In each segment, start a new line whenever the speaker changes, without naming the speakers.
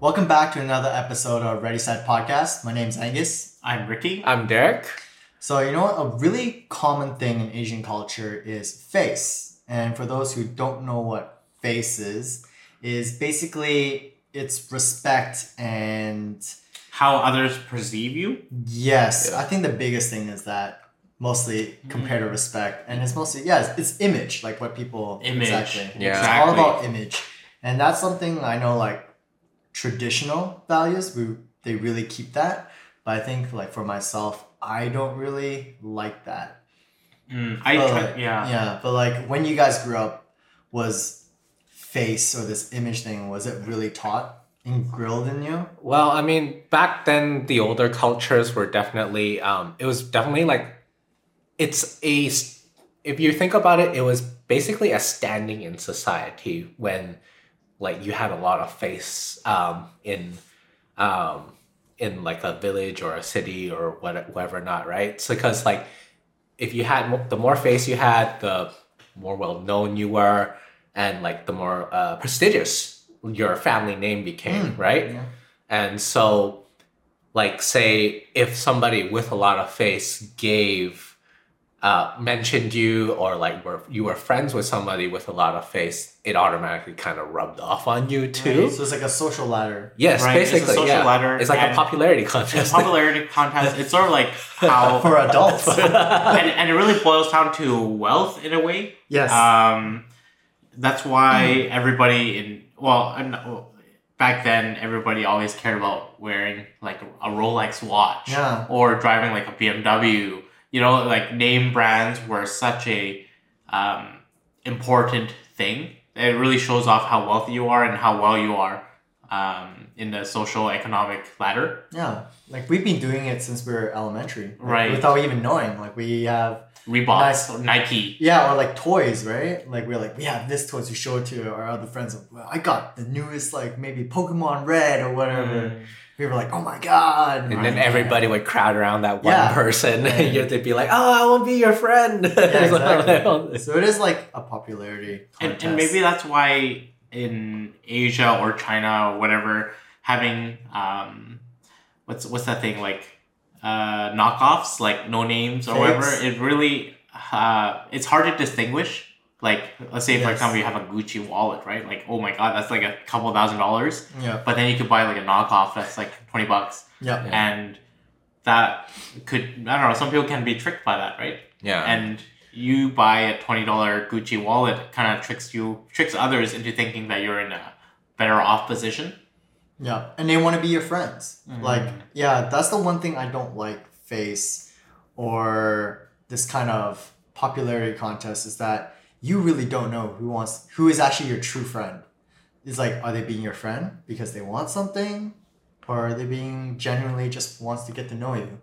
Welcome back to another episode of Ready Set Podcast. My name's Angus.
I'm Ricky.
I'm Derek.
So, you know what? A really common thing in Asian culture is face. And for those who don't know what face is, is basically it's respect and
How others perceive you.
yes,
Yeah.
I think the biggest thing is that mostly compared to respect and it's mostly yes, it's image, like what people
Image.
exactly.
Yeah.
It's all about image. And that's something I know like traditional values, we they really keep that. But I think like for myself, I don't really like that.
Mm, I
Oh,
But,
try-
like,
yeah.
Yeah. But like when you guys grew up, was face or this image thing, was it really taught and grilled in you?
Well, I mean, back then the older cultures were definitely um it was definitely like it's a s- if you think about it, it was basically a standing in society when like you had a lot of face um in um in like a village or a city or what whatever not, right? So because like if you had mo- the more face you had, the more well known you were and like the more uh, prestigious your family name became, right?
Yeah.
And so, like, say if somebody with a lot of face gave, uh, mentioned you, or like were you were friends with somebody with a lot of face, it automatically kind of rubbed off on you too.
So it's like a social ladder.
Yes,
Right, it's a
basically,
social
yeah.
ladder
It's like a
and-
popularity
It's
contest.
a popularity contest. It's sort of like how
For adults.
and, and it really boils down to wealth in a way.
yes.
Uh,
Hmm.
Um, that's why everybody in well, I'm not- well, back then everybody always cared about wearing like a Rolex watch
Yeah.
or driving like a BMW. You know, like name brands were such a um, important thing. It really shows off how wealthy you are and how well you are um, in the social economic ladder.
yeah. Like we've been doing it since we were elementary. like,
Right.
Without even knowing. Like we have
Reebok,
Nice.
Nike.
Yeah, or like toys, right? Like we're like, we have this toys we show it to our other friends. Like, well, I got the newest, like maybe Pokemon Red or whatever.
Mm.
We were like, oh my god!
and then everybody would crowd around that one
Yeah.
person, and you'd be like, "Oh, I will be your friend."
exactly. So it is like a popularity
And,
contest.
and maybe that's why in Asia or China or whatever, having um, what's what's that thing like uh, knockoffs, like no names or
Fakes.
whatever. It really uh, it's hard to distinguish. Like let's say for
Yes.
example you have a Gucci wallet, right? Like oh my god, that's like a couple thousand dollars.
yeah,
But then you could buy like a knockoff that's like twenty bucks,
yeah,
and that could I don't know. Some people can be tricked by that, right?
yeah.
and you buy a twenty dollar Gucci wallet, kind of tricks you, tricks others into thinking that you're in a better off position.
yeah. And they want to be your friends. Like, yeah, that's the one thing I don't like. Face or this kind of popularity contest is that you really don't know who wants who is actually your true friend. It's like, are they being your friend because they want something, or are they being genuinely just wants to get to know you?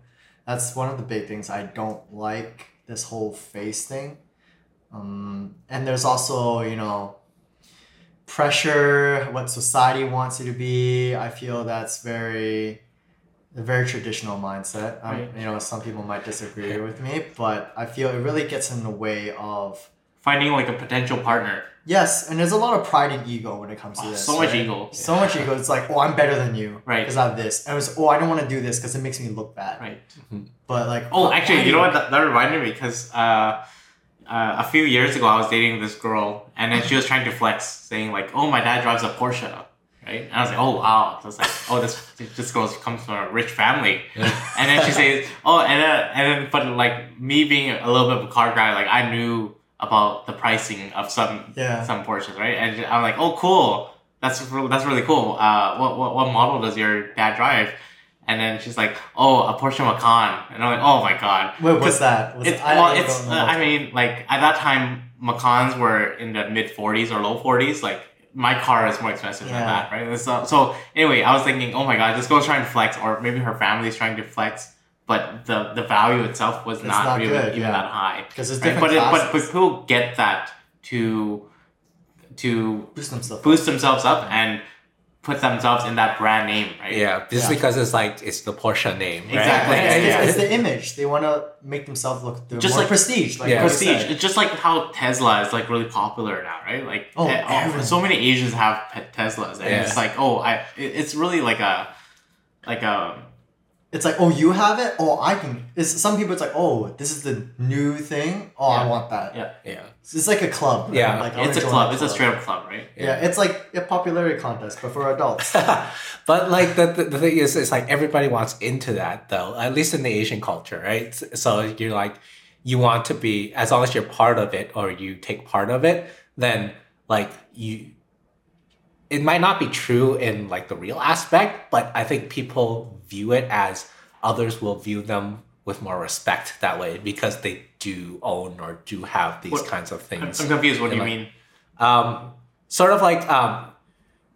That's one of the big things I don't like this whole face thing. Um, and there's also you know pressure what society wants you to be. I feel that's very a very traditional mindset. Um,
Right.
You know, some people might disagree with me, but I feel it really gets in the way of
Finding like a potential partner,
Yes, and there's a lot of pride and ego when it comes to
Oh,
this.
so much
right?
ego.
So much ego. It's like, oh, I'm better than you,
Right.
Because I have this, and it was, oh, I don't want to do this because it makes me look bad.
right?
But like,
Oh, actually, you know
why?
what? That, that reminded me because uh, uh, a few years ago I was dating this girl, and then she was trying to flex, saying like, "Oh, my dad drives a Porsche." Right? And I was like, oh wow. So it's like, oh, this this girl comes from a rich family. and then she says, oh, and then, and then, but like me being a little bit of a car guy, like I knew about the pricing of some
Yeah.
some Porsches, right? And I'm like, oh, cool. That's re- that's really cool. Uh, what, what what model does your dad drive? And then she's like, oh, a Porsche Macan. And I'm like, oh my god.
Wait, what's that? What's
It's,
I-
well,
I
it's
don't
uh,
know.
I mean, like at that time, Macans were in the mid 40s or low 40s. Like my car is more expensive
Yeah.
than that, right? So, so anyway, I was thinking, oh my god, this girl's trying to flex, or maybe her family's trying to flex, but the the value itself was
It's
not,
not
really
good,
even
yeah.
that high.
because it's
Right?
different
But, it, but but
classes.
people get that to to
boost themselves.
boost themselves up and put themselves in that brand name, right?
Yeah, just
Yeah.
because it's like it's the Porsche name, right?
Exactly.
Like,
it's,
it's-
Yeah.
it's the image. They want to make themselves look the
Just
more
like-
prestige. Like
Yeah.
you
Prestige.
said.
It's just like how Tesla is like really popular now, right? Like
Oh,
eh,
everyone.
so many Asians have pet Teslas, and
Yeah.
it's like oh, I it- it's really like a like um, a
It's like, oh, you have it. Oh, I can. It's some people. It's like, oh, this is the new thing. Oh, I
Yeah.
want that.
Yeah.
yeah.
It's- It's like a club. right?
Yeah.
like I'll
it's a
join
club. It's a straight up club, right?
Yeah. it's like a popularity contest, but for adults.
but like the, the, the thing is it's like everybody wants into that though at least in the asian culture right so you're like you want to be as long as you're part of it or you take part of it then like you it might not be true in like the real aspect but i think people view it as others will view them with more respect that way because they do own or do have these
What-
kinds of
I'm, I'm
things
confused. What do you
like-
mean?
um, sort of like um,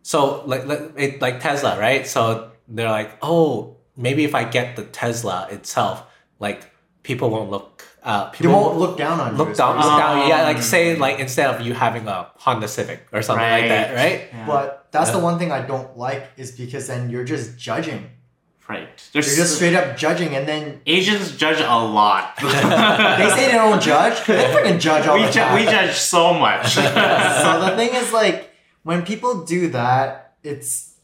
so like like- it, like Tesla, right? So they're like, oh, maybe if I get the Tesla itself, like people won't look. Uh,
They
people
won't look down on you.
look
is
down,
what you're
look
saying.
down. Yeah, like
Um,
say like instead of you having a Honda Civic or something like that, right?
Yeah.
But that's
Yeah.
the one thing I don't like is because then you're just judging.
right.
You're
There's
just straight up judging, and then
Asians judge a lot.
they say they don't judge. They freaking judge all
we,
the
ju-
time.
we judge so much.
so the thing is like when people do that it's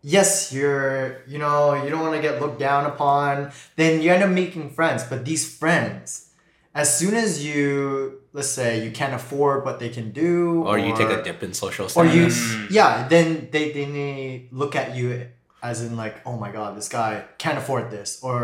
yes you're you know you don't want to get looked down upon then you end up making friends but these friends as soon as you let's say you can't afford what they can do
Or you take a dip in social
or
status.
you
Mm.
yeah then they then they look at you as in like oh my god this guy can't afford this or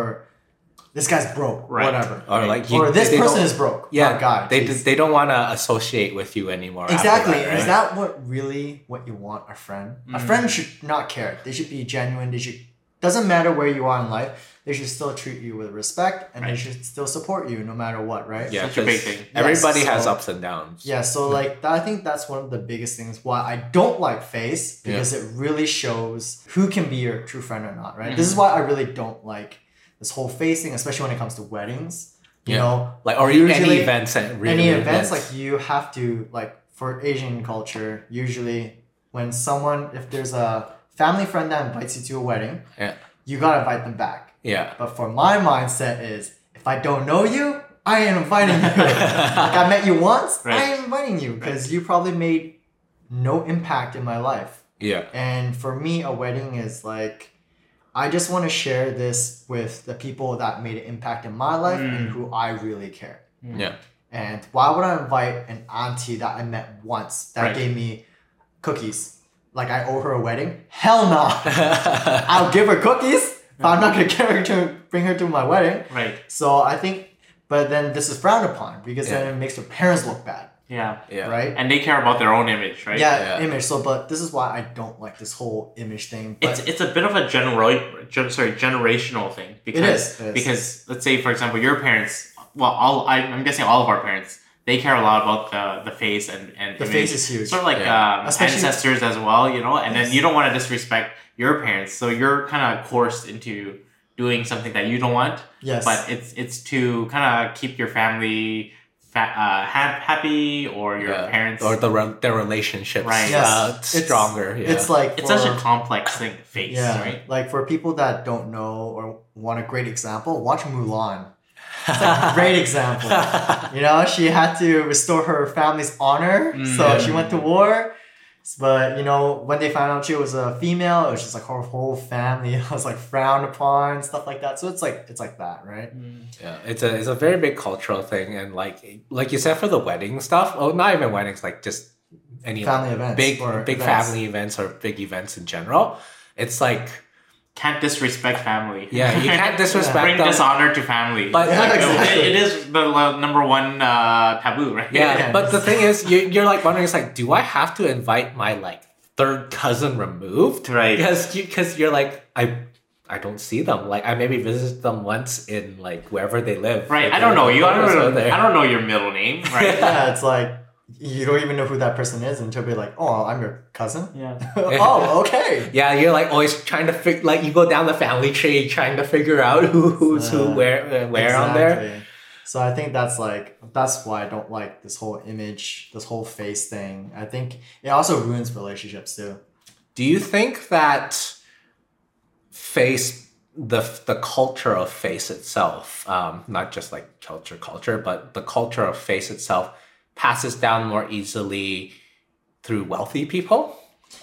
this guy's broke
Right.
whatever
or like you,
or this
they don't-
person is broke
yeah,
oh, god
they
geez.
they don't want to associate with you anymore. after
Exactly.
that,
Is
right?
that what really what you want a friend? A
Mm.
friend should not care. They should be genuine. They should doesn't matter where you are in life. They should still treat you with respect and they
Right.
should still support you no matter what, right?
yeah,
Such a big
'cause
thing.
Everybody
Yes,
has
so-
ups and downs.
Yeah, so like that, I think that's one of the biggest things why I don't like face
Yeah.
because it really shows who can be your true friend or not, right? This is
Mm-hmm.
why I really don't like this whole face thing, especially when it comes to weddings. You
Yeah.
know,
like or you any
Usually,
events that really
any events like you have to like for asian culture usually when someone if there's a family friend that invites you to a wedding
Yeah.
you gotta invite them back
yeah
but for my mindset is if i don't know you i ain't inviting you like i met you once i ain't inviting you because you probably made no impact in my life
yeah
and for me, a wedding is like, I just want to share this with the people that made an impact in my life and
Mm.
who I really care.
Mm.
Yeah.
And why would I invite an auntie that I met once that
Right.
gave me cookies? Like I owe her a wedding? Hell no! I'll give her cookies, but I'm not gonna carry her to bring her to my wedding.
right.
So I think, but then this is frowned upon because then it makes her parents look bad,
Yeah.
yeah
right?
And they care about their own image, right?
Yeah,
Yeah.
image. So, but this is why I don't like this whole image thing. But
It's it's a bit of a genera- gen- sorry generational thing because
is, it is.
because let's say for example your parents well all I, I'm guessing all of our parents they care a lot about the the face and and
the
image.
face is huge.
sort of like
Yeah.
um,
Especially-
ancestors as well you know and
Yes.
then you don't want to disrespect your parents so you're kind of coerced into doing something that you don't want
Yes.
but it's it's to kind of keep your family fa- uh, ha- happy or your
Yeah.
parents
or the re- their relationships
Right.
Yes.
uh,
It's-
stronger yeah
It's like
it's
for-
such a complex thing face
yeah,
right
like for people that don't know or want a great example, watch Mulan. It's like a great example. You know, she had to restore her family's honor, so
Mm.
she went to war. But you know, when they found out she was a female, it was just like her whole family was like frowned upon, stuff like that. So it's like it's like that, right?
yeah it's a it's a very big cultural thing and like like you said for the wedding stuff oh not even weddings like just any
Family events,
big
or
big
events.
family events or big events in general it's like
can't disrespect family
yeah you can't disrespect
bring
them
dishonor to family
But-
Yeah,
Like,
exactly.
it, it is the lo- number one uh, taboo right
Yeah,
Yeah.
but the thing is, you, you're like wondering, it's like, do I have to invite my like third cousin removed?
Right.
Because you because you're like I I don't see them. Like I maybe visit them once in like wherever they live.
right
Like,
i don't know you i don't
photos are
know
there.
i don't know your middle name right
Yeah, it's like you don't even know who that person is until they're like, "Oh, I'm your cousin."
yeah
oh, okay.
Yeah, you're like always trying to fig- like you go down the family tree trying to figure out who who's
Uh,
who where uh, where on there.
Exactly. So I think that's like that's why I don't like this whole image, this whole face thing. I think it also ruins relationships too.
Do you think that face the the culture of face itself, um, not just like culture culture, but the culture of face itself passes down more easily through wealthy people,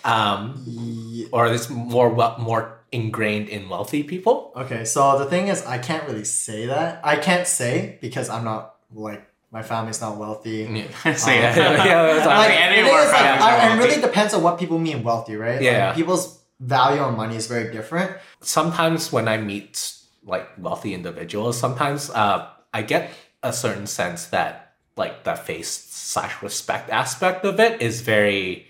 um,
Ye-
or is more well, more ingrained in wealthy people?
Okay, so the thing is, I can't really say that. I can't say because I'm not like my family's not wealthy.
Yeah.
Say
Yeah,
it.
yeah, that's
I
Like,
don't think
the
any of
thing
our
is, like, I-
families are
it really
wealthy.
depends on what people mean wealthy, right? Like,
Yeah.
people's value on money is very different.
sometimes when I meet like wealthy individuals, sometimes uh, I get a certain sense that like the face slash respect aspect of it is very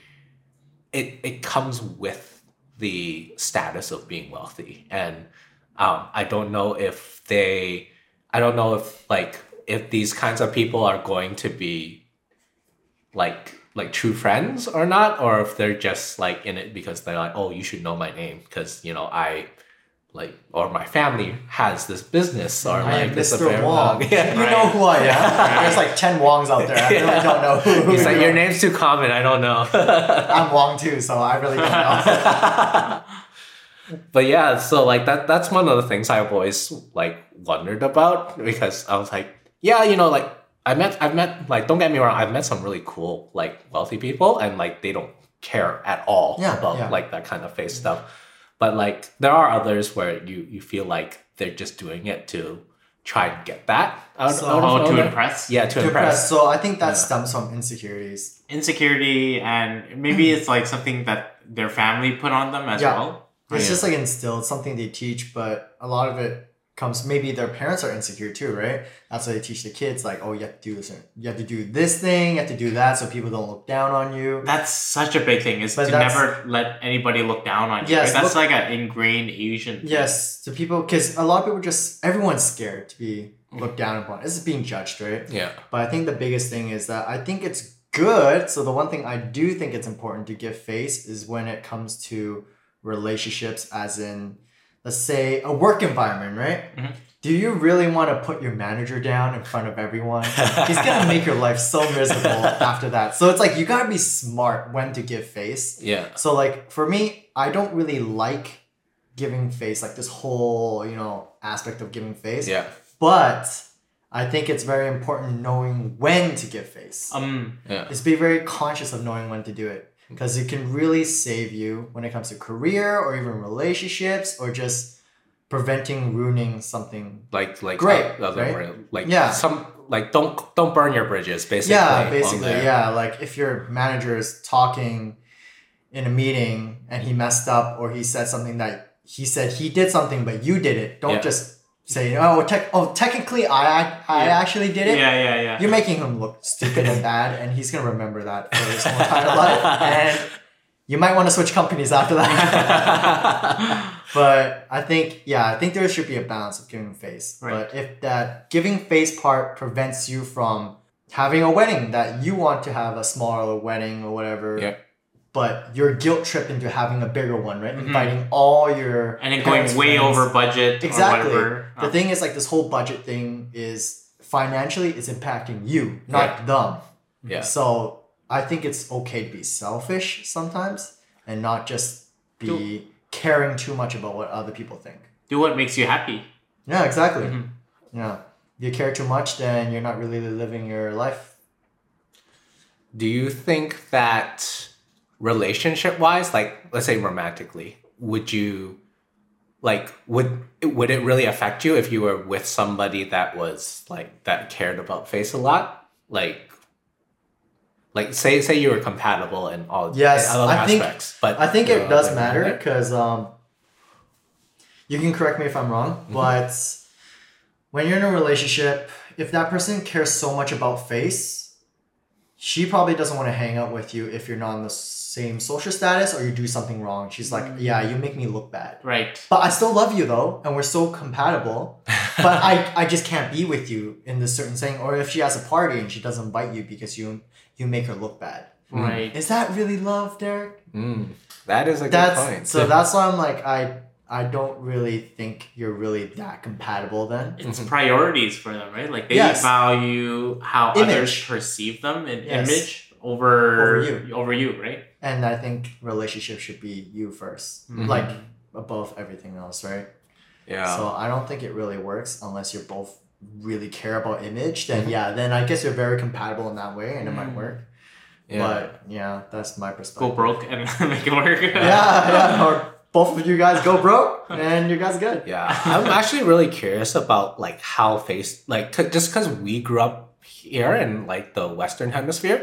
it it comes with the status of being wealthy and um, I don't know if they I don't know if like if these kinds of people are going to be like like true friends or not or if they're just like in it because they're like oh you should know my name because you know I like or my family has this business or
I
like
am
this
Mr.
affair-
Wong.
yeah
You know who I am.
Yeah.
There's like 10 Wongs out there. I really
Yeah.
don't know who.
He's like,
you
your
are."
name's too common. I don't know.
I'm Wong too, so I really don't know.
but yeah, so like that that's one of the things I've always like wondered about because I was like, yeah, you know, like I met I've met like don't get me wrong, I've met some really cool like wealthy people and like they don't care at all
Yeah,
about
yeah.
like that kind of face stuff. But like there are others where you you feel like they're just doing it to try and get that out,
So-
out of
Oh,
out
to
of-
impress?
Yeah, to,
To
impress.
impress. So I think that
Yeah.
stems from insecurities.
Insecurity, and maybe it's like something that their family put on them as
Yeah.
well.
It's
Oh, Yeah.
just like instilled, something they teach, but a lot of it comes maybe their parents are insecure too, right? That's why they teach the kids like, oh, you have to do this, you have to do this thing, you have to do that, so people don't look down on you.
That's such a big thing is
But
to
that's-
never let anybody look down on you.
Yes,
right? that's
look-
like an ingrained Asian. thing.
Yes, to people, because a lot of people just everyone's scared to be looked down upon. It's being judged, right?
Yeah.
But I think the biggest thing is that I think it's good. So the one thing I do think it's important to give face is when it comes to relationships, as in, let's say, a work environment, right?
Mhm.
Do you really want to put your manager down in front of everyone? He's gonna make your life so miserable after that. So it's like you gotta be smart when to give face.
Yeah.
So like for me, I don't really like giving face, like this whole, you know, aspect of giving face.
Yeah.
But I think it's very important knowing when to give face.
Um.
Yeah.
It's be very conscious of knowing when to do it because it can really save you when it comes to career or even relationships or just preventing ruining something.
like like
Great,
uh, other
right?
word, like
Yeah.
some like don't don't burn your bridges basically
yeah,
on
basically,
there.
yeah. Like if your manager is talking in a meeting and he messed up or he said something that he said he did something but you did it. Don't
Yeah.
just say oh, tec- oh technically I I, I
Yeah.
actually did
Yeah,
it.
yeah, yeah.
You're making him look stupid and bad, and he's gonna remember that for his whole entire life. And you might want to switch companies after that. but I think, yeah, I think there should be a balance of giving face.
Right.
But if that giving face part prevents you from having a wedding that you want to have a smaller wedding or whatever,
Yeah.
but you're guilt tripped into having a bigger one, right?
Mhm.
Inviting all your
and then
parents,
going way
friends.
over budget
Exactly.
or whatever. Um,
The thing is, like, this whole budget thing is financially, it's impacting you, not them.
Yeah.
So I think it's okay to be selfish sometimes and not just be
Do-
caring too much about what other people think.
Do what makes you happy.
Yeah, exactly.
Mhm.
Yeah. If you care too much, then you're not really living your life.
do you think that relationship wise like let's say romantically would you like would would it really affect you if you were with somebody that was like that cared about face a lot like like say say you were compatible in all
Yes,
in other
I think-
aspects but
I think it
uh,
does
like,
matter because um, you can correct me if I'm wrong, but when you're in a relationship, if that person cares so much about face, she probably doesn't want to hang out with you if you're not on the same social status or you do something wrong. She's like, yeah, you make me look bad.
Right.
But I still love you though, and we're so compatible. But I, I just can't be with you in this certain thing. Or if she has a party and she doesn't invite you because you you make her look bad.
Right.
Is that really love, Derek?
Mm, that is a good point
That's so that's why I'm like I I don't really think you're really that compatible then.
It's priorities for them, right? Like they
Mm-hmm. Yes.
value how
Image.
others perceive them in
Yes.
image over
Over
you, over you, right?
And I think relationship should be you 1st
Mhm.
like above everything else, right?
Yeah.
So I don't think it really works unless you're both really care about image. Then yeah, then I guess you're very compatible in that way, and it might
Mm.
work.
yeah.
But yeah, that's my perspective.
Go broke and make it work.
Yeah, yeah. Or both of you guys go broke, and you guys good.
Yeah, I'm actually really curious about like how face like 'cause- just because we grew up here in like the Western Hemisphere,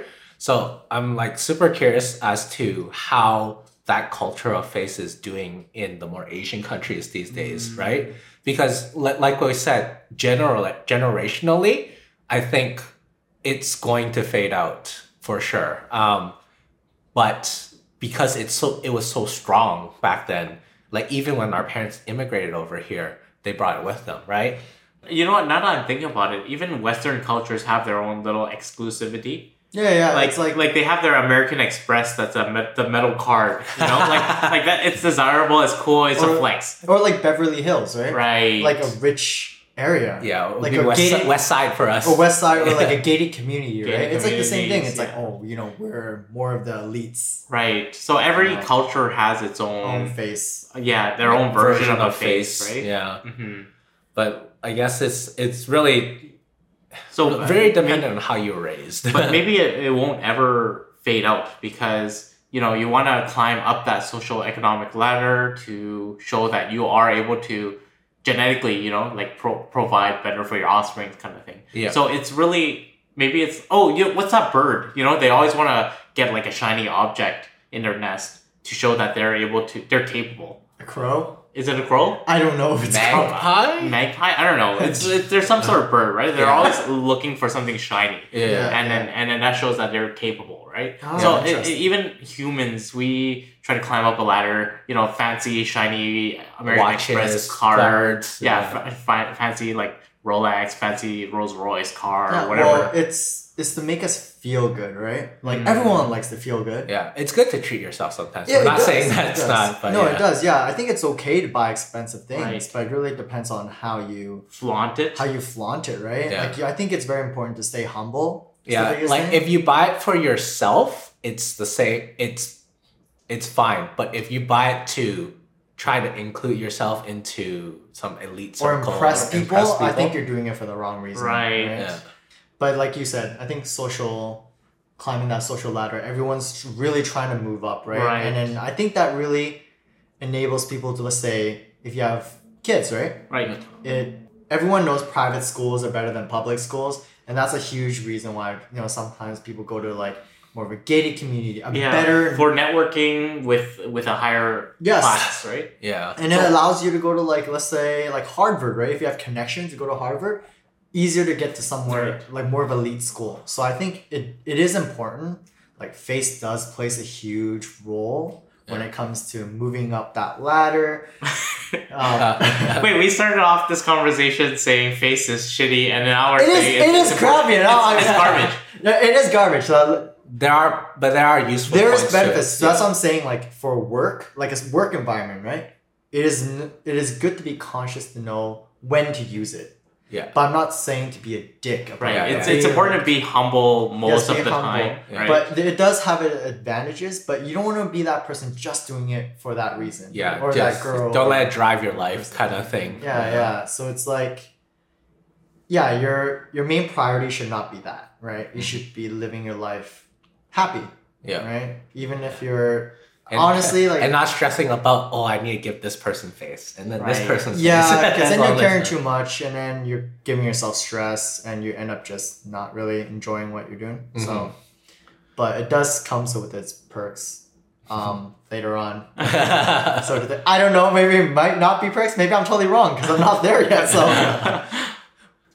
so I'm like super curious as to how that culture of face is doing in the more Asian countries these days, right? Because li- like we said, general generationally, I think it's going to fade out for sure. Um, but because it's so it was so strong back then like even when our parents immigrated over here they brought it with them right
You know what? Now that I'm thinking about it, even Western cultures have their own little exclusivity.
Yeah, yeah.
Like,
it's like,
like they have their American Express. That's a me- the metal card. You know, like like that. It's desirable. It's cool. It's
Or-
a flex.
or like Beverly Hills, right?
Right.
Like a rich area.
yeah it would
Like
be
a
west,
gated-
west side for us
Or West Side, or like a gated community,
Gated
right? It's like the same thing. It's
communities,
like, oh, you know, we're more of the elites'
right. So every
Yeah.
culture has its
Um,
own.
own face.
yeah, their own version, of, a face, right?
yeah
hmm
but i guess it's it's really
So
very dependent on how you were raised
but maybe it, it won't ever fade out because you know you want to climb up that social economic ladder to show that you are able to genetically you know like pro- provide better for your offspring kind of thing
Yeah.
so it's really maybe it's oh you what's that bird you know they always want to get like a shiny object in their nest to show that they're able to they're capable
A crow?
is it a crow
I don't know if it's called.
magpie
magpie i don't know it's, it's there's some sort of bird right they're
Yeah.
always looking for something shiny
Yeah.
and then and then that shows that they're capable, right?
Oh,
so it- it,
interesting.
even humans, we try to climb up a ladder, you know, fancy shiny American
Watches,
Express car,
cards,
yeah,
yeah.
fa- fa- fancy like Rolex, fancy Rolls Royce car,
Yeah,
or whatever.
Well, it's it's to make us feel good, right? Like everyone likes to feel good.
Mm. yeah it's good to treat yourself sometimes
Yeah,
i'm
it
not
does,
saying
it
that it's
does.
not but
no,
yeah.
it does. Yeah, I think it's okay to buy expensive things,
Right.
but it really depends on how you
Flaunt it.
how you flaunt it, right?
Yeah.
Like you, I think it's very important to stay humble. is the
yeah
biggest
like
thing.
if you buy it for yourself it's the same it's it's fine but if you buy it to try to include yourself into some elite
or
circle
impress people,
impress
I think you're doing it for the wrong reason.
Right.
yeah
But like you said, I think social climbing that social ladder, everyone's really trying to move up, right?
Right.
And then I think that really enables people to let's say if you have kids, right?
Right.
it everyone knows private schools are better than public schools and that's a huge reason why you know sometimes people go to like more of a gated community a
Yeah.
better
for networking with with a higher
Yes.
class, right?
yeah
and it allows you to go to like let's say like harvard right if you have connections you go to harvard easier to get to somewhere
Right.
like more of elite school so i think it, it is important like face does plays a huge role when it comes to moving up that ladder um,
Wait, we started off this conversation saying face is shitty, and now we're
it is
saying
it is crappy you know?
it's, it's garbage.
Yeah, it is garbage so
there are but there are useful
there is
points to it.
benefits. So That's what I'm saying. Like for work, like it's work environment, right? It is n- it is good to be conscious to know when to use it.
Yeah.
But I'm not saying to be a dick about
Right.
Yeah,
it.
it's
Being-
it's important to be humble most
Yes,
of
be
the
humble.
time.
Yeah.
Right.
But th- it does have it advantages, but you don't want to be that person just doing it for that reason.
yeah
Or
just
that girl.
don't let it drive your life kind of thing
Yeah, yeah. So it's like, yeah, your your main priority should not be that, right? You should be living your life happy,
Mm-hmm. yeah
right? Even if you're
And-
honestly like
and not stressing about oh i need to give this person face and then this
Right.
person
Yeah, because then you're caring
too
too much, and then you're giving yourself stress, and you end up just not really enjoying what you're doing.
Mm-hmm.
So, but it does comes with its perks um, later on.
much
So do they- I don't know. Maybe it might not be perks. Maybe I'm totally wrong because I'm not there yet. So,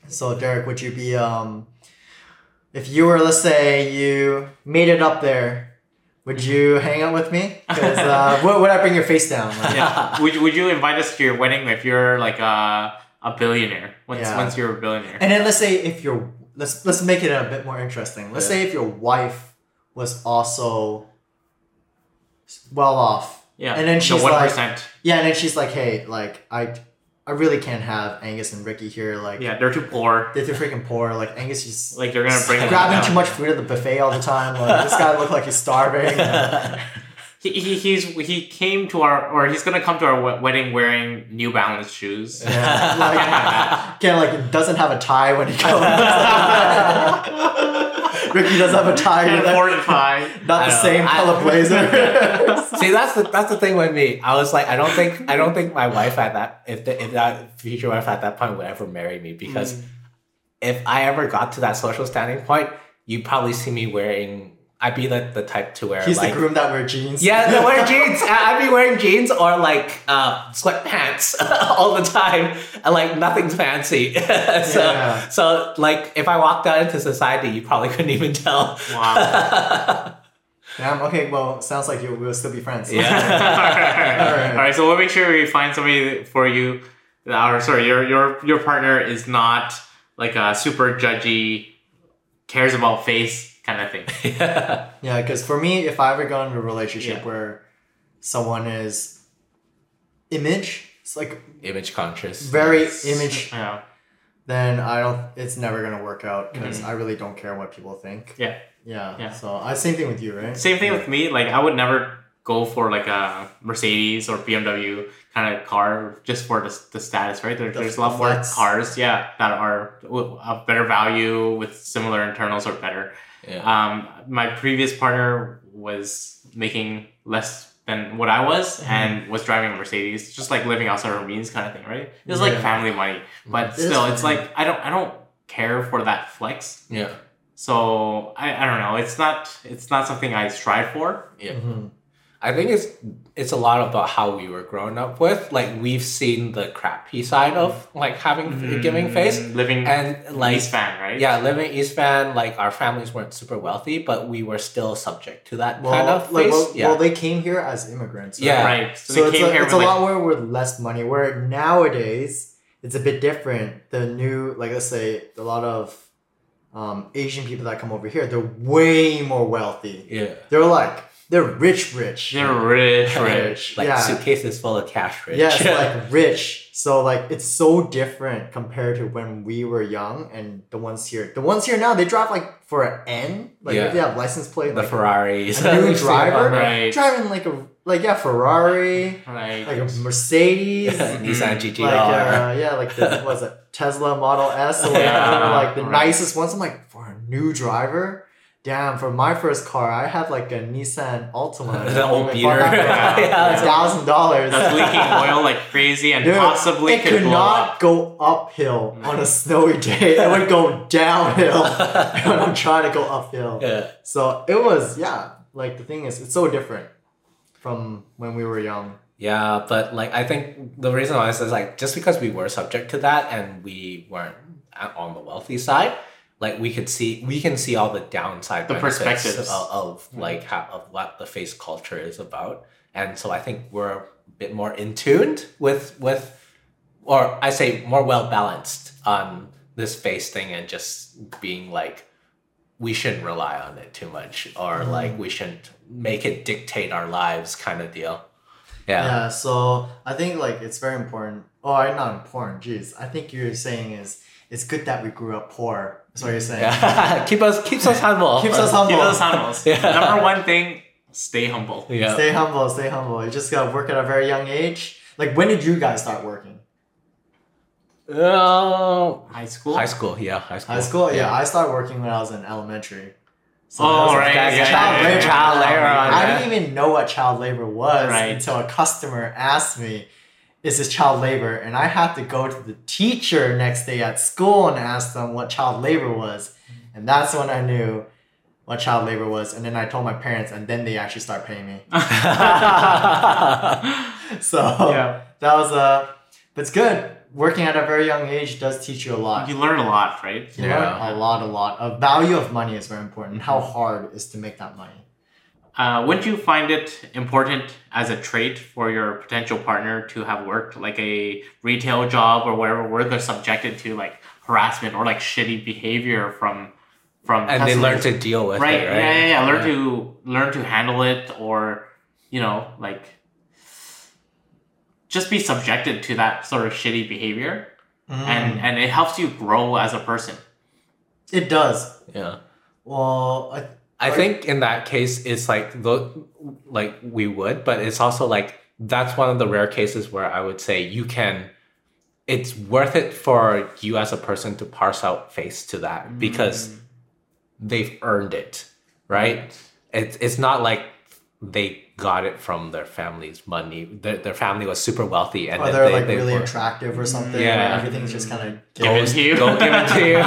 so Derek, would you be um, if you were let's say you made it up there? Would you hang out with me? Because uh, would, would I bring your face down? Like,
yeah. Would would you invite us to your wedding if you're like a a billionaire? Once
Yeah.
once you're a billionaire.
And then let's say if your let's let's make it a bit more interesting. Let's say if your wife was also well off.
yeah.
And then she's
the one
like,
percent.
yeah, and then she's like, hey, like I I really can't have Angus and Ricky here. Like,
Yeah, they're too poor.
they're too freaking poor. Like, Angus is
Like they're gonna bring them down.
grabbing too much food at the buffet all the time. Like, this guy looked like he's starving.
He, he he's he came to our or he's gonna come to our we- wedding wearing New Balance shoes.
Yeah, like, kind of like doesn't have a tie when he comes. Ricky does have a tie.
Can't
either.
afford a tie.
Not
I
the
know.
same
I-
color blazer.
See, that's the that's the thing with me. I was like, I don't think I don't think my wife at that if the, if that future wife at that point would ever marry me because
Mm.
if I ever got to that social standing point, you probably see me wearing. I'd be like the type to wear
He's
like
the groom that wear jeans.
yeah, no, wear jeans. I- I'd be wearing jeans or like uh, sweatpants all the time, and like nothing's fancy. so
Yeah.
so like if I walked out into society, you probably couldn't even tell.
Wow.
Damn, okay, well, sounds like you will still be friends.
Yeah.
All right. All right. So we'll make sure we find somebody for you. Or sorry, your your your partner is not like a super judgy, cares about face kind of thing.
yeah, because for me, if I ever go into a relationship
Yeah.
where someone is image, it's like
image conscious.
very image,
Yeah.
then I don't, it's never going to work out because I really don't care what people think.
Mm-hmm. Yeah.
Yeah.
Yeah.
So, I same thing with you, right?
Same thing with me. Like I would never go for like a Mercedes or BMW kind of car just for the, the status, right? There,
The
there's a lot more
flex.
cars, yeah, that are w- of better value with similar internals or better.
Yeah.
Um, my previous partner was making less than what I was
Mm-hmm.
and was driving a Mercedes, just like living outside her means kind of thing, right? It was like
Yeah.
family money, but
It is
still, it's
family.
like I don't, I don't care for that flex.
Yeah.
So I, I don't know. It's not it's not something I strive for.
Mhm.
I think it's it's a lot about how we were grown up with. Like we've seen the crappy side of like having Mm-hmm. giving
Mm-hmm.
face,
living
and like
East Van, right?
yeah, living in East Van. Like our families weren't super wealthy, but we were still subject to that
Well,
kind of
like,
face.
well,
yeah.
well, they came here as immigrants. right?
Yeah.
right. So,
So,
they
it's,
came
a,
here
it's
with
a
like,
lot where with less money. Where nowadays it's a bit different. The new, like let's say, a lot of um, Asian people that come over here, they're way more wealthy.
yeah.
They're like they're rich, rich,
they're rich, rich.
rich,
Like
yeah,
suitcases full of cash, rich.
yes, like rich. So like it's so different compared to when we were young and the ones here. The ones here now they drive like for an N, like
Yeah.
if they have license plate,
the
like
Ferraris.
a new
We've seen
driver
them.
Right.
driving like a like yeah Ferrari,
Right.
like a Mercedes.
Nissan GTR.
like uh, yeah, like the was it Tesla Model S or whatever,
Yeah,
like the
right.
nicest ones. I'm like for a new driver. Damn, for my first car, I had like a Nissan Altima.
the old
Like,
beater.
bought that
Yeah.
for
yeah.
like thousand dollars.
That's leaking oil like crazy and
Dude,
possibly
it
could
could
blow
not
up.
go uphill on a snowy day. It would go downhill when I'm trying to go uphill.
Yeah.
So it was yeah. Like the thing is, it's so different from when we were young.
Yeah, but like I think the reason why is is like just because we were subject to that and we weren't a- on the wealthy side, like we could see we can see all the downside
The
benefits
perspectives. Mm-hmm.
of, of like how, of what the face culture is about, and so I think we're a bit more in tuned with with, or I say more well balanced on this face thing and just being like we shouldn't rely on it too much or
Mm-hmm.
like we shouldn't make it dictate our lives kind of deal. Yeah.
Yeah, so I think like it's very important. Oh, I not important. Jeez, I think you're saying is it's good that we grew up poor. That's what you're saying.
Yeah. keep us keeps us humble.
Keeps us humble.
Keep those animals.
Yeah.
Number one thing, stay humble.
Yeah.
Stay humble. Stay humble. You just gotta work at a very young age. Like when did you guys start working?
Oh.
High school.
high school. Yeah. High school.
High school. Yeah, I started working when I was in elementary. So
Oh,
that was-
right,
that's
yeah,
child
yeah, yeah,
labor.
yeah. Child labor on
I
that.
didn't even know what child labor was
Right.
until a customer asked me, "Is this child labor?" And I had to go to the teacher next day at school and ask them what child labor was, and that's when I knew what child labor was. And then I told my parents, and then they actually start paying me. So
Yeah.
that was uh, but it's good. Working at a very young age does teach you a lot.
you learn a lot, right?
You
Yeah. Mm-hmm.
learn a lot, a lot. A value of money is very important. How hard is to make that money?
Uh, would you find it important as a trait for your potential partner to have worked like a retail job or whatever, where they're subjected to like harassment or like shitty behavior from from
and they learn to deal with
right,
it. Right.
yeah, yeah, yeah. Learn to learn to handle it or you know like just be subjected to that sort of shitty behavior,
Mm.
Mm.
and and it helps you grow as a person.
it does.
Yeah.
Well, I,
I
Right.
think in that case, it's like the like we would, but it's also like that's one of the rare cases where I would say you can. It's worth it for you as a person to parse out face to
Mm.
that because they've earned it, right? It's it's not like they got it from their family's money. Their, their family was super wealthy, and
are they
then they,
Oh, like
they
really
were
attractive or something?
Yeah.
and everything's just kind of
Give it to you.
Go give it to you.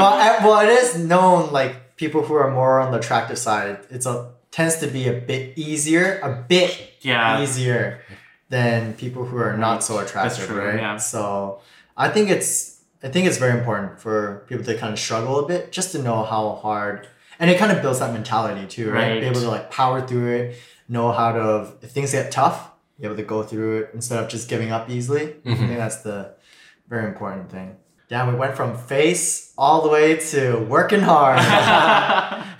well, I- well, it is known like people who are more on the attractive side, it's a tends to be a bit easier, a bit
yeah.
easier than people who are not so attractive,
true,
right?
yeah.
So I think it's I think it's very important for people to kind of struggle a bit just to know how hard and it kind of builds that mentality too, right?
Right.
Be able to like power through it, know how to if things get tough, be able to go through it instead of just giving up easily. I
Mm-hmm.
think that's the very important thing. Yeah, we went from face all the way to working hard.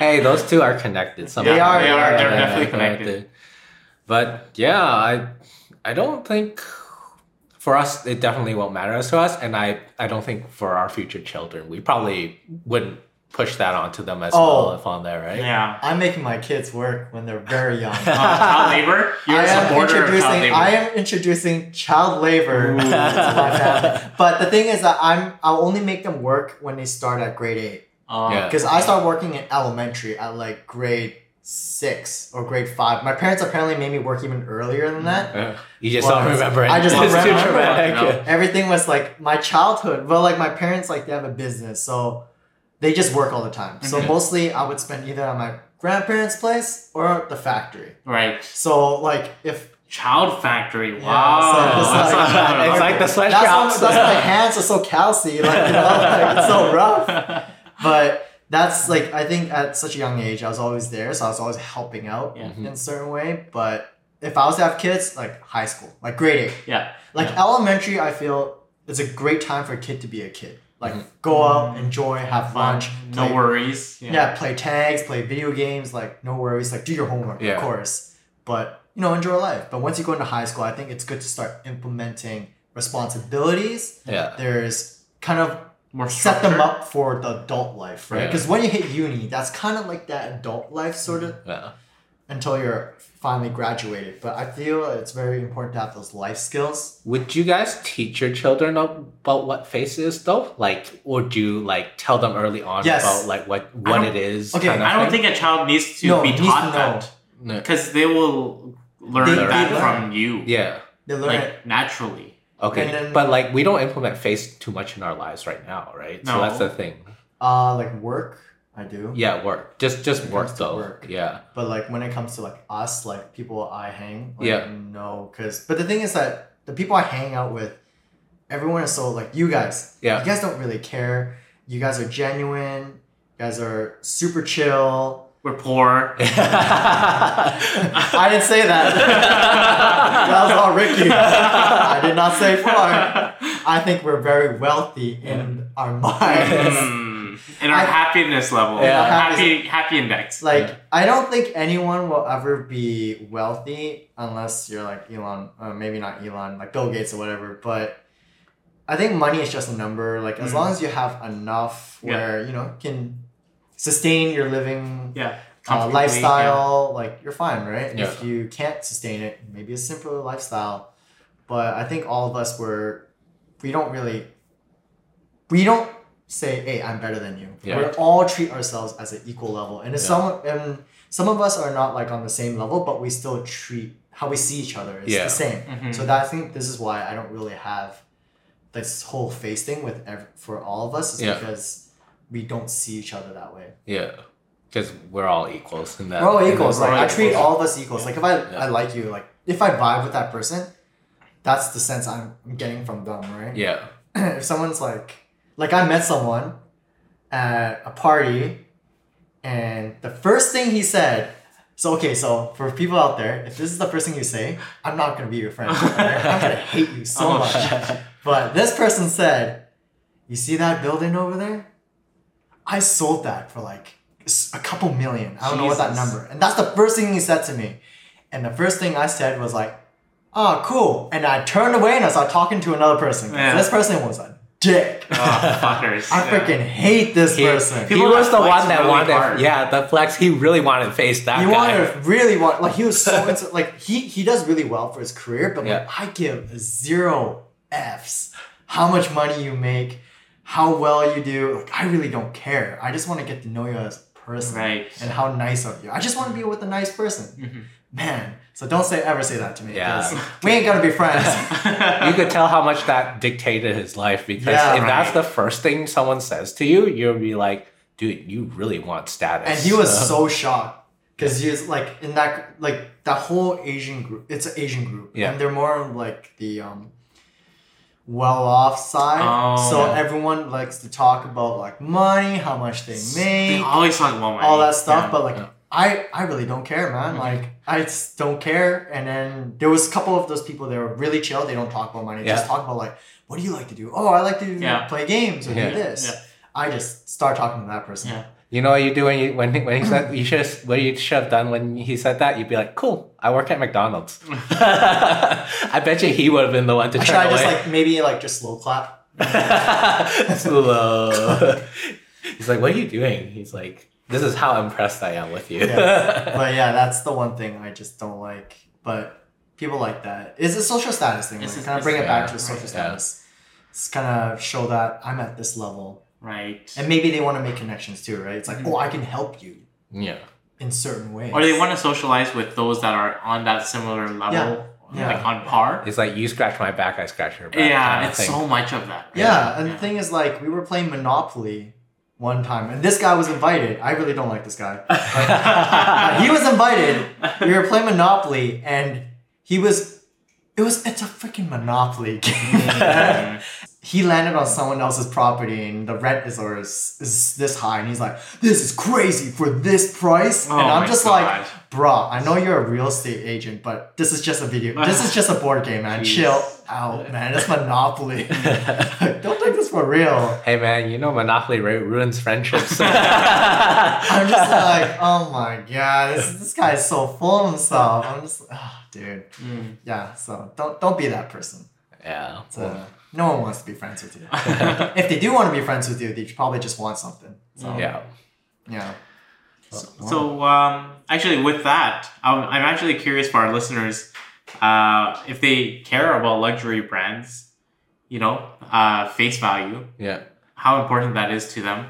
hey, those two are connected. Somehow.
They are,
They are. They're
yeah,
definitely connected.
But yeah, I I don't think for us it definitely won't matter to us, and I I don't think for our future children we probably wouldn't push that onto them as
Oh.
well if on there, right?
Yeah.
I'm making my kids work when they're very young.
Uh, child labor. You're
I
a
am
supporter of
introducing.
child labor.
I am introducing child labor to my family. But the thing is that I'm. I'll only make them work when they start at grade eight.
Oh.
Yeah.
Because I started working in elementary at like grade six or grade five. My parents apparently made me work even earlier than that.
Uh, You just
Well,
don't remember it.
I just don't
It's too
remember it,
traumatic.
you know?
Everything was like my childhood. Well, like my parents like they have a business, so they just work all the time. So
Mhm.
mostly I would spend either at my grandparents' place or the factory.
Right.
So like if
Child factory.
Yeah,
Wow.
so it's
That's
like-
not-
It's like the
That's why,
sweatshops.
that's why my hands are so calcy, like you know, like, it's so rough. But that's like I think at such a young age, I was always there, so I was always helping out
Yeah.
in a certain way. But if I was to have kids, like high school, like grade eight,
Yeah.
like elementary, I feel it's a great time for a kid to be a kid. Like go out, enjoy, have
Fun.
lunch,
No
play-
worries.
Yeah. play tags, play video games, like no worries, like do your homework,
Yeah.
of course. But you know, enjoy life. But once you go into high school, I think it's good to start implementing responsibilities
Yeah.
there's kind of
More
set them
structure.
up for the adult life, right?
Yeah.
Because when you hit uni, that's kind of like that adult life sort of
Yeah.
Mm-hmm.
until you're finally graduated. But I feel it's very important to have those life skills.
Would you guys teach your children about what face is though? Like, would you like tell them early on
Yes.
about like what
I
what
don't-
it is?
okay,
kind of
I don't
thing?
think a child needs to
No,
be
needs to
taught
know.
that
No.
because they will learn
They- they
that
learn.
from you,
Yeah.
They learn
like
it.
naturally.
Okay,
And then-
but like we don't implement face too much in our lives right now, right? So
No.
that's the thing.
Uh, like work, I do.
Yeah, work. Just
When
just
it
work
comes to
though.
work.
Yeah.
But like when it comes to like us, like people I hang, like,
Yeah.
no, because but the thing is that the people I hang out with, everyone is so like you guys.
Yeah.
You guys don't really care. You guys are genuine. You guys are super chill.
We're poor.
I didn't say that. that was all Ricky. I did not say far. I think we're very wealthy in our minds.
Mm. And our
I-
happiness level,
Yeah.
happy happy index.
Like, I don't think anyone will ever be wealthy unless you're like Elon, uh, maybe not Elon, like Bill Gates or whatever. But I think money is just a number. Like, as
Mm.
long as you have enough
Yeah.
where, you know, can sustain your living
yeah,
uh,
Comfortably,
lifestyle, like you're fine, right? And
Yeah.
If you can't sustain it, maybe a simpler lifestyle. But I think all of us were, we don't really, we don't say, "Hey, I'm better than you."
Yeah.
We all treat ourselves as an equal level, and if
Yeah.
some and some of us are not like on the same level, but we still treat how we see each other is
Yeah. Mm-hmm.
the same.
Mhm.
So that I think this is why I don't really have this whole face thing with ev- for all of us is
Yeah.
because we don't see each other that way.
Yeah. Because we're all equals in that.
We're all
in
equals.
that-
Like I
equals.
treat all of us equals. Like if I,
Yeah.
I like you, like if I vibe with that person, that's the sense I'm I'm getting from them, right?
Yeah.
if someone's like, like I met someone at a party, and the first thing he said. So okay, so for people out there, if this is the first thing you say, I'm not gonna be your friend. alright? I'm gonna hate you so
Oh,
much. But this person said, "You see that building over there? I sold that for like s- a couple million. I don't know what that
Jesus.
number." And that's the first thing he said to me. And the first thing I said was like, oh, cool. And I turned away and I started talking to another person.
Yeah.
This person was a dick.
Oh, fuckers.
I
yeah.
freaking hate this
He,
person. He,
he
People
was
that
the
flex
one that
really
wanted,
hard.
yeah, the flex. He really wanted to face that guy.
wanted to really want, like, he was so into, like, he, he does really well for his career, but
Yeah.
like, I give zero F's how much money you make, how well you do. Like, I really don't care. I just want to get to know you as a person
Right.
and how nice of you. I just want to be with a nice person.
Mhm.
Man, so don't say ever say that to me.
Mm-hmm. Yeah.
'cause We ain't gonna be friends.
you could tell how much that dictated his life because
Yeah,
if that's
right.
the first thing someone says to you, you'll be like, dude, you really want status.
and he was so shocked because he was like in that like that whole Asian group. It's an Asian group,
Yeah.
and they're more like the um well off side.
Oh.
so everyone likes to talk about like money, how much they
They
make,
always talk about money.
all that stuff. But like,
yeah.
I I really don't care, man. Like I just don't care. And then there was a couple of those people that were really chill. They don't talk about money. Just
Yeah.
talk about like, what do you like to do? Oh, I like to
Yeah.
play games or
Yeah.
do this.
Yeah.
I just start talking to that person.
Yeah.
You know what you do when you when he- when he said you should have- what you should have done when he said that you'd be like cool I work at McDonald's I bet you he would have been the one to
Should I
turn
just
away
like maybe like just slow clap?
slow he's like what are you doing he's like this is how impressed I am with you
But yeah, that's the one thing I just don't like. But people like that. It's a social status thing.
It's
Like,
a-
kind of bring it
it's-
back
yeah,
to a social
right,
yeah.
status. It's kind of show that I'm at this level,
Right.
and maybe they want to make connections too, right? It's like,
Mhm.
oh, I can help you
yeah
in certain ways.
Or they want to socialize with those that are on that similar level,
Yeah.
like on par.
it's like you scratch my back I scratch your back
yeah,
kinda
it's
thing.
so much of that. right?
Yeah, and the thing is, like, we were playing Monopoly one time, and this guy was invited. I really don't like this guy. Uh, he was invited. We were playing Monopoly, and he was. It was. It's a freaking Monopoly game.
Mhm.
he landed on someone else's property, and the rent is or is, is this high, and he's like, "This is crazy for this price."
Oh
and I'm
my
just
God.
like, "Bruh, I know you're a real estate agent, but this is just a video. This is just a board game, man.
Jeez.
Chill out, man. It's Monopoly. Don't take this for real."
hey man you know Monopoly ru- ruins friendships yeah
I'm just like, oh my god, this, this guy is so full of himself. I'm just, ah, dude,
Mm.
yeah. So don't don't be that person. So no one wants to be friends with you. if they do want to be friends with you, they probably just want something. So yeah,
yeah
Hmm.
yeah.
So, um, actually, with that, I'm, I'm actually curious for our listeners uh, if they care about luxury brands, you know, uh, face value,
yeah
how important that is to them,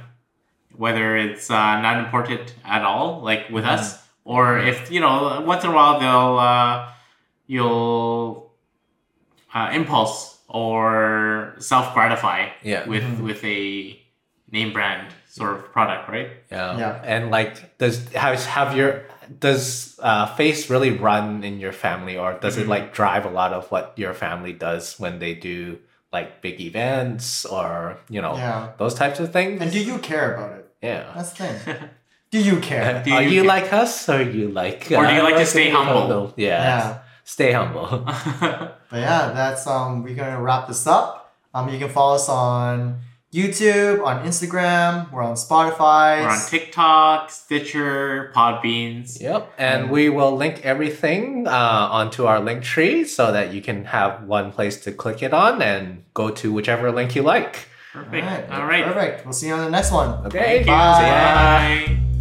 whether it's uh, not important at all, like with us, or if, you know, once in a while they'll, uh, you'll uh, impulse or self gratify
Yeah.
with,
Mhm.
with a name brand sort of product, right?
Yeah.
Yeah.
And like, does has have your does uh, face really run in your family, or does it
Mhm.
like drive a lot of what your family does when they do like big events or you know
yeah.
those types of things?
And do you care about it?
yeah.
That's the thing. Do you care?
Do
are
you-
you like us, or you like?
Or do you
uh,
like to stay humble?
Yeah.
Yeah.
Stay humble.
But yeah, that's um we're gonna wrap this up. Um you can follow us on YouTube, on Instagram, we're on Spotify.
We're on TikTok, Stitcher, Podbeans.
Yep, and we will link everything uh, onto our link tree so that you can have one place to click it on and go to whichever link you like.
Perfect. All right.
Perfect. We'll see you on the next one.
Okay,
Thank you.
Bye.
Bye.